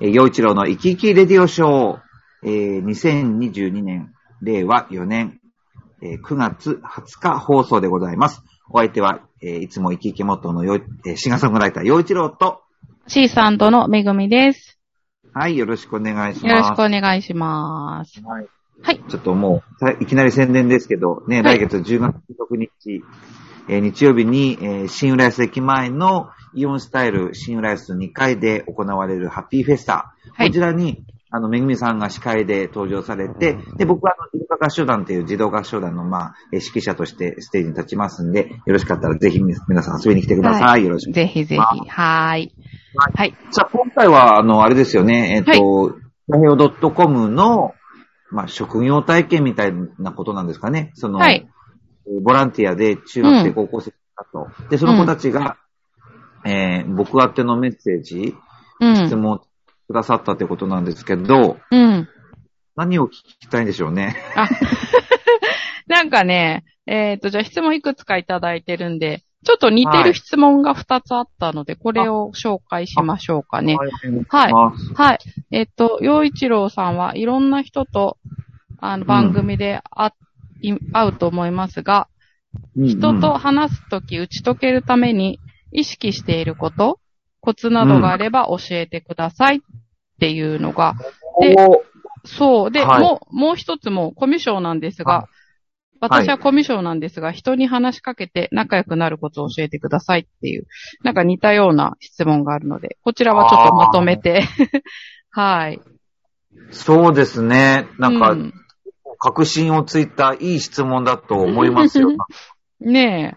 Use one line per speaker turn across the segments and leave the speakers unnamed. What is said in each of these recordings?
えー、陽一郎の生き生きレディオショー、えー、2022年、令和4年、えー9月20日放送でございます。お相手は、えーいつも生き生きモットーのよい、えーシンガーソングライター、陽一郎と、
C さんとのめぐみです。
はい、よろしくお願いします。
よろしくお願いします。
はい。
はい
ちょっともう、さいきなり宣伝ですけど、ね、
はい
来月10月16日、えー日曜日に、えー新浦安駅前のイオンスタイル新浦安2階で行われるハッピーフェスタ。
はい
こちらに、あの、めぐみさんが司会で登場されて、で、僕は、あの、イルカ合唱団という児童合唱団の、まあ、えー指揮者としてステージに立ちますんで、よろしかったらぜひ皆皆さん遊びに来てください。
は
よろしく。
ぜひぜひ。はーい。はい。
さあ、今回は、あの、あれですよね、えっ、と、太平洋 .com の、まあ、職業体験みたいなことなんですかね。その、
はい。
ボランティアで中学
う
生、
ん
高校生だと、で、その子たちが、えー僕宛てのメッセージ、
う
質
ん。
問くださったということなんですけど、
うん。
何を聞きたいんでしょうね。
あ、なんかね、えっ、と、じゃあ質問いくつかいただいてるんで、ちょっと似てる質問が2つあったので、これを紹介しましょう かね。はい。
い。
はい。えっと、洋一郎さんはいろんな人と、あの、番組で会,、い会うと思いますが、人と話すとき打ち解けるために意識していること、コツなどがあれば教えてくださいっていうのが、
うん、うんおー
そう。で、
はい
もう、もう一つもコミュ障なんですが、
はい
私はコミュ障なんですが、人に話しかけて仲良くなるコツを教えてくださいっていう、なんか似たような質問があるので、こちらはちょっとまとめて、 はい。
そうですね。なんか、
うん
確信をついたいい質問だと思います よ。
ねえ。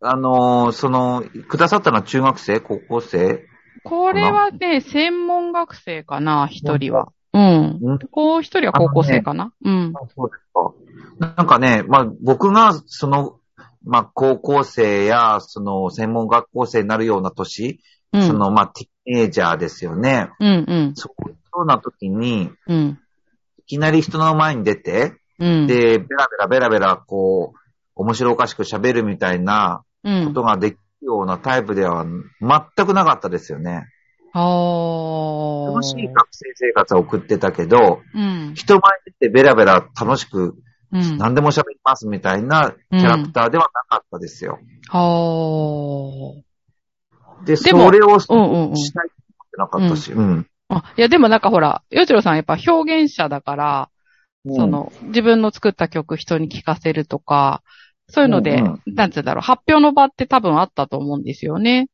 あのーその、くださったのは中学生、高校生
これはね、専門学生かな、一人は。うん。
うん
こう一人は高校生かな。うん。
そうですか。なんかね、まあ僕がその、まあ高校生や、その専門学校生になるような年、
うん。
そのまあティーンエイジャーですよね。
うんうん。
そういうような時に、
うん。
いきなり人の前に出て、
うん。
で、ベラベラベラベラこう、面白おかしく喋るみたいな
う
こ
ん。
とができるようなタイプでは全くなかったですよね。
あー
楽しい学生生活を送ってたけど、
うん。
人前に出てベラベラ楽しく
うん。
何でも喋りますみたいなキャラクターではなかったですよ。
はー
で、そ
でも
れをし
う
たい
んうんうん。
ってなかったし、うん。
あ、いやでもなんかほら、よちろさんやっぱ表現者だから、その、自分の作った曲人に聴かせるとか、そういうので、
うん
なんつうんだろう、発表の場って多分あったと思うんですよね。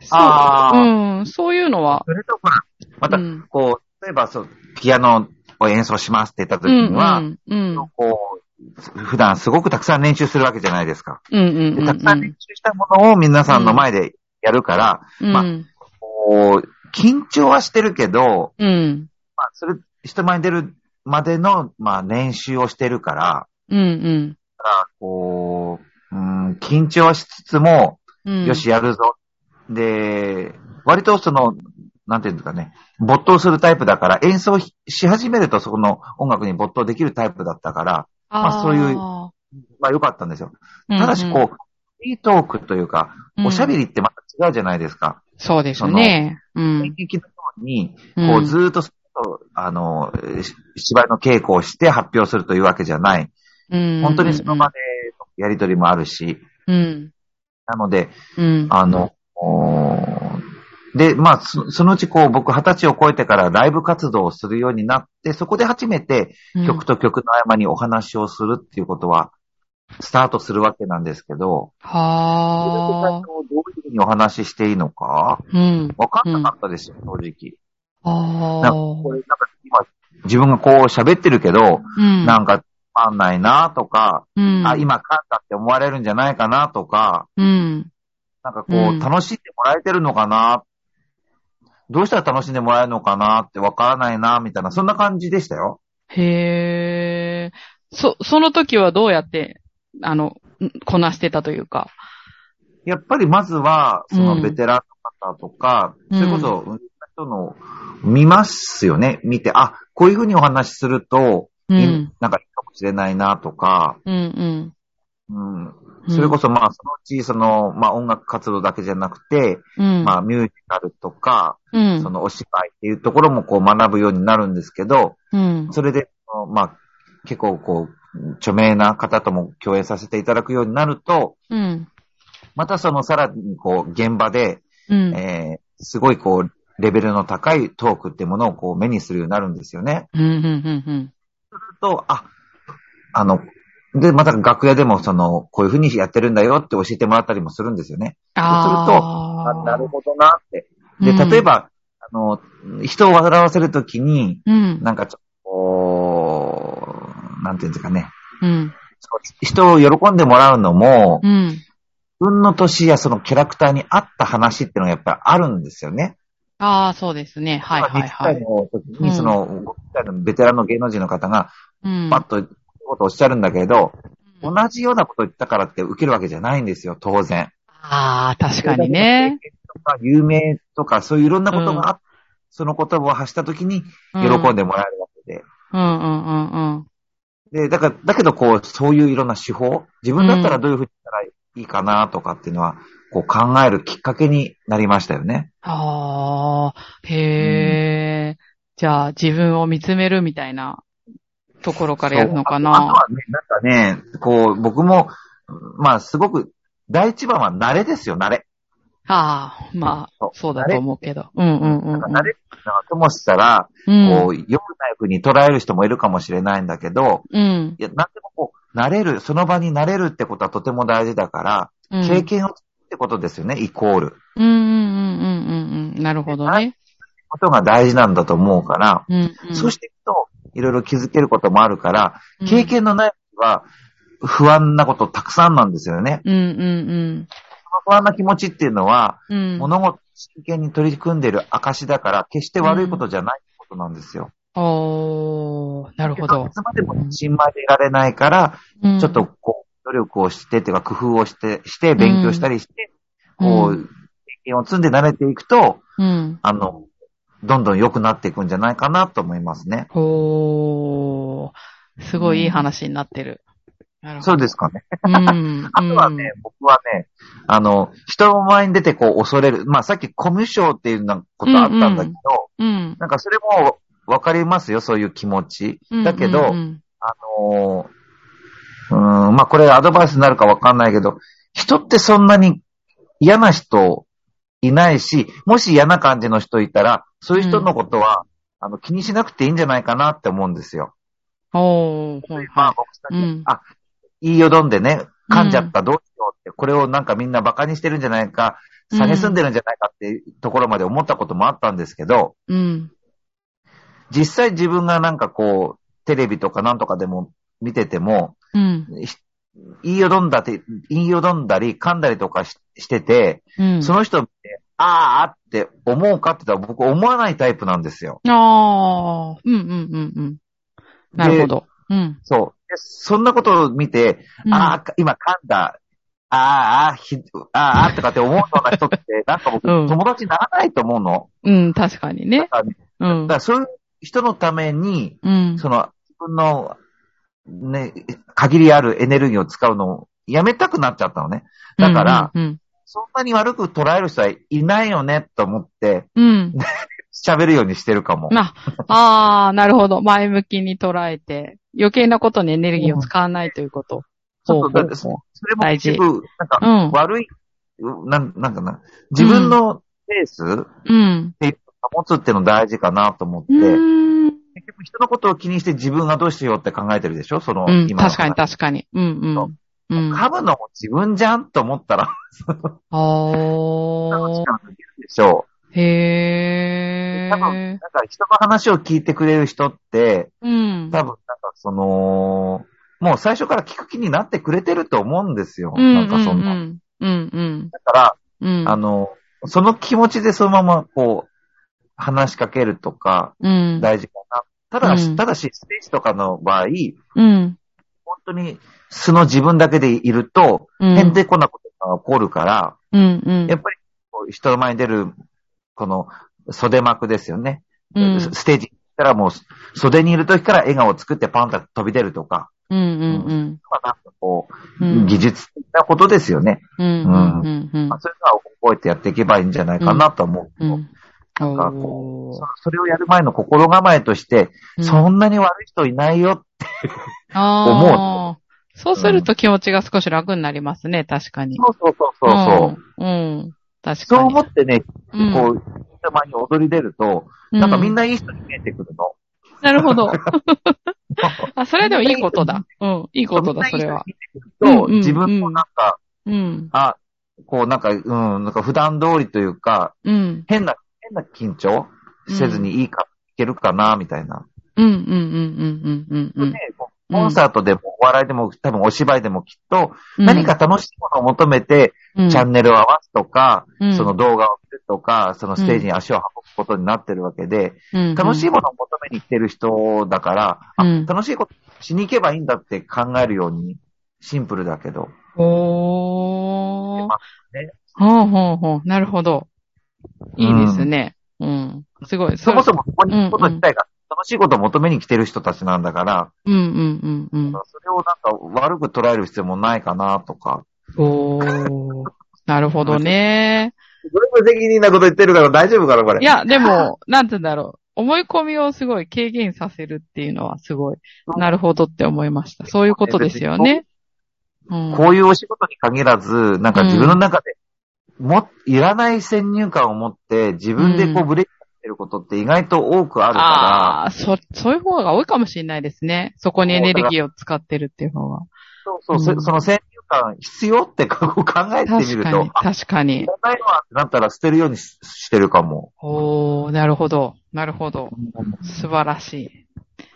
そう
あー
うん、そういうのは。
それとほら、また
う、ん
こう、例えばそう、ピアノを演奏しますって言った時には、
うんうん、うん
こう、普段すごくたくさん練習するわけじゃないですか。
うんうん
で
うん
たくさん練習したものを皆さんの前でやるから、
うん
まあこう、緊張はしてるけど、
うん
まあ、それ、人前に出るまでの、まあ、練習をしてるから、
うん
こう、うん、緊張はしつつも、
うん
よし、。やるぞ。で、割とその、なんていうんですかね、没頭するタイプだから、演奏しし始めるとそこの音楽に没頭できるタイプだったから、まあそういうまあ良かったんですよ。ただし、こう、フリートークというか、
うん
おしゃべりってまた違うじゃないですか。
うんそうですね。う
演
ん。
劇のように、
うん
こう、ずーっと、あの、し芝居の稽古をして発表するというわけじゃない。本
本
当にその場でのやりとりもあるし、
うん。
なので、
うん。
あの、おーで、まあ、そそのうちこう、僕二十歳を超えてからライブ活動をするようになって、そこで初めて
うん
曲と曲の合間にお話をするっていうことは、スタートするわけなんですけど、それと最
はあ
初。どういうふうにお話ししていいのか、
うん。
わかんなかったですよ、正直。
あ
なん
あ
か。これ、なんか今、自分がこう喋ってるけど、
うん。
なんか、わかんないなとか、
うん。
あ、今噛んだって思われるんじゃないかなとか、
うん。
なんかこ
う
う、
ん
楽しんでもらえてるのかな、どうしたら楽しんでもらえるのかなってわからないな、みたいな、そんな感じでしたよ。
へえ。そ、その時はどうやって、あの、んこなしてたというか。
やっぱりまずは、そ
うん
のベテランの方とか、
うん
それこそ、うん人の、見ますよね。見て、あ、こういうふうにお話しすると、
う
い
ん。
なんかいいかもしれないなとか、
うん
うん、
うん。
それこそまあ、そのうち、その、まあ音楽活動だけじゃなくて、
うん。
まあミュージカルとか、
うん。
そのお芝居っていうところもこう学ぶようになるんですけど、
うん。
それで、そのまあ、結構こう、著名な方とも共演させていただくようになると、
うん。
またそのさらにこう、現場で、
うん。
えーすごいこう、レベルの高いトークってものをこう目にするようになるんですよね。
うん。うん。
と、あ、あの、で、また楽屋でもその、こういうふうにやってるんだよって教えてもらったりもするんですよね。
あ
あ
あ。
なるほどなって。で、
うん
例えば、あの、人を笑わせるときに、
うん。
なんかちょっとこう、なんていうんですかね。
うん。
そう人を喜んでもらうのも、
うん。
自分の年やそのキャラクターに合った話っていうのがやっぱりあるんですよね。
ああ、そうですね。はいはいは
20
い。
代の時に、その、50代のベテランの芸能人の方が、
うん。
パッと、ことをおっしゃるんだけど、同じようなことを言ったからって受けるわけじゃないんですよ、当然。
ああ、確かにね。。
とか、有名とか、そういういろんなことがあっその言葉を発した時に、喜ん
で。
でもらえるわけで。
うんうんうんうん。
で、だから、だけどこう、そういういろんな手法、自分だったらどういうふうにしたらいいかなとかっていうのは、こう考えるきっかけになりましたよね。
ああ、へえ。じゃあ、自分を見つめるみたいなところからやるのか
そうあと
な。
はね、なんかね、こう、僕も、まあ、すごく、第一番は慣れですよ、慣れ。
ああ、まあ
そ、
そうだと思うけど。うんうんうんうん。
慣れっていうのはともしたら、こう、良くないふうに捉える人もいるかもしれないんだけど、
うん。うん。
いや、なんでもこう、慣れる、その場に慣れるってことはとても大事だから、
うん
経験をつくってことですよね、イコール。
うんうんうんうんうん。なるほどね。
ことが大事なんだと思うから、
うん、うん。
そうしていくと、いろいろ気づけることもあるから、
うん
経験のない人は、不安なことたくさんなんですよね。
うんうん
不安な気持ちっていうのは、
うん。うん。
物事を真剣に取り組んでいる証だから、決して悪いことじゃないことなんですよ。
おー、なるほど
い。つまでも新米でいられないから、
うん
ちょっと、こう、努力をして、というか工夫をして、して、勉強したりして、こ
う
う、
ん
経験を積んで慣れていくと、
うん。
あの、どんどん良くなっていくんじゃないかなと思いますね。
おー、すごいいい話になってる。なるほ
そう
ど。
ですかね。
うん。
あとはね、僕はね、あの、人の前に出てこう恐れる。まあさっきコミュ障っていうようなことあったんだけど、
うん、
なんかそれもわかりますよ、そういう気持ち。
うん。
だけど、
うん
あのーうーん、まあ、これアドバイスになるかわかんないけど、人ってそんなに嫌な人いないし、もし嫌な感じの人いたら、そういう人のことは、あの、気にしなくていいんじゃないかなって思うんですよ。
おー、はい
まあ
は、
僕たち、
うん
あ、言いよどんでね、噛んじゃった、どうしようって、これをなんかみんな馬鹿にしてるんじゃないか、
うん
下げすんでるんじゃないかっていうところまで思ったこともあったんですけど、
い。うん。
実際自分がなんかこう、テレビとかなんとかでも見てても、
うん。
ひ言いよどんだって、言いよどんだり、噛んだりとかししてて、
うん。
その人って、あーあって思うかって言ったら僕思わないタイプなんですよ。
あー、うんうんうんうん。なるほど。うん。
そう。でそんなことを見て、
うん
ああ、今噛んだ、あーあー、ひあーあーとかって思うような人 って、なんか僕、
うん
友達にならないと思うの。
うん、確かにね。
だからだ
うん
か。らそういう人のために、
うん。
その、自分の、ね、限りあるエネルギーを使うのをやめたくなっちゃったのね。だから、
うん、
そんなに悪く捉える人はいないよねと思って、
うん。うん。
喋るようにしてるかも。
まあ、あー、なるほど。前向きに捉えて、余計なことにエネルギーを使わないということ。
ち
ほ
ょ
う
っと
ほ
だ
う
そ
ほう
れも結局、なん
う
か、
ん。
悪い、なん、なんかな、自分のペース
うん。
保つっていうの大事かなと思って、
うん。
結局人のことを気にして自分がどうしようって考えてるでしょその、
うん、
今の
確かに確かに。うんうん。うん。
噛むのも自分じゃんと思ったら、
お
力
ー。
が抜けるでしょ
へ
多分、な
ー
ん。か人の話を聞いてくれる人って、
う
多分、
ん。
なんかその、もう最初から聞く気になってくれてると思うんですよ。
うん。
なんかそんな。
うんうん。
だから、
うん。
あの、その気持ちでそのまま、こう、話しかけるとか、
うん。
大事かな。ただ
うん
し、ただし、ステージとかの場合、
うん。
本当に素の自分だけでいると、
うん。
変でこなことが起こるから、
うんうん。
やっぱり、こう人の前に出る、この、袖幕ですよね。
うん
ステージ行ったらもう、袖にいる時から笑顔を作ってパンと飛び出るとか、
うんうん
まあなんかこ
う
う、
ん。
技術的なことですよね。
うんうんうんうん
まあ、そういうのは覚えてやっていけばいいんじゃないかなとは思うけ
う
ど、
ん。
なんか
お
そ
ー
それをやる前の心構えとして、
うん
そんなに悪い人いないよ。
ああ。そうすると気持ちが少し楽になりますね、確かに。
そうそうそうそうそう。
うん。うん。確
そう
かに。
思ってね、
うん
こう、人前に踊り出ると、
う
なんかみん、ないい人に見えてくるの。
なるほ ど。
そ
あ、それでもいいことだ。うん。いいことだ、それは。
見えてくると、
うんうん
自分もなんか、
うん。
あ、こうなんか、うん、なんか普段通りというか、
うん。
変な、変な緊張せずにいいか、いけるかな、みたいな。
うん、うん、うん、うん、うん、うん
ね。こうコンサートでも、お笑いでも、多分お芝居でもきっと、
うん
何か、楽しいものを求めて、チャンネルを合わすとか、
うん
その、動画を見るとか、そのステージに足を運ぶことになってるわけで、
うん
楽しいものを求めに来てる人だから、あ
うん
楽しいことしに行けばいいんだって考えるように、シンプルだけど。
おー
ま。ね
ほうほうほう。なるほど。いいですね。うん。すごい。
そも
も。
そもここに行くこと自体が楽しいことを求めに来てる人たちなんだから、
うんうんうん
それをなんか悪く捉える必要もないかなとか。
うん。おー。なるほどね。
それも責任なこと言ってるから大丈夫かな、これ。
い、や、でも、なんて言うんだろう。思い込みをすごい軽減させるっていうのはすごい、なるほどって思いました。そういうことですよね。うん。
こういうお仕事に限らず、なんか自分の中で、も、いらない先入観を持って、自分でこ
う
うブレーキかけてることって意外と多くあるから、
ああー、そ、そういう方が多いかもしれないですね。そこにエネルギーを使ってるっていう方が。
そうそう、そ
うん
その先入観必要ってこう考えてみ
確
る
か
と
に、、確か
い
に。
らないわってなったら捨てるようにししてるかも。
おー、なるほど。なるほど。 素晴らし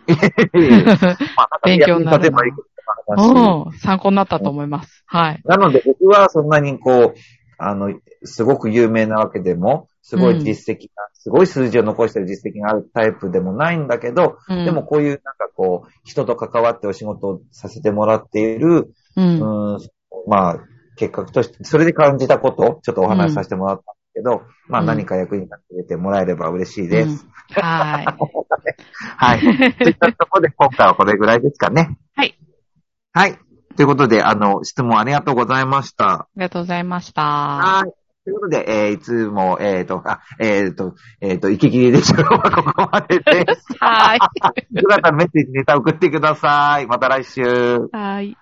い。
まあ、なんか
勉強になる
役
な
立てばいいことかも
うん。参考になったと思います。はい。
なしなので僕はそんなにこう、あの、すごく有名なわけでも、すごい実績が、すごい数字を残してる実績があるタイプでもないんだけど、
うん
でも、こういうなんかこう、人と関わってお仕事をさせてもらっている、
うん。うん
うん、まあ、結果として、それで感じたことをちょっとお話しさせてもらったんですけど、まあ
うん
何か役に立っててもらえれば嬉しいです。
は
はい。といったところで今回はこれぐらいですかね。
はい。
はい。ということで、あの、質問ありがとうございました。
い。ありがとうございました。
はい。ということで、えー、いつも、えー、と、あ、えー、と、えー、と、息切れでしょう がここまでです。
はい。
よかったらメッセージ、ネタ送ってください。また来週。
はい。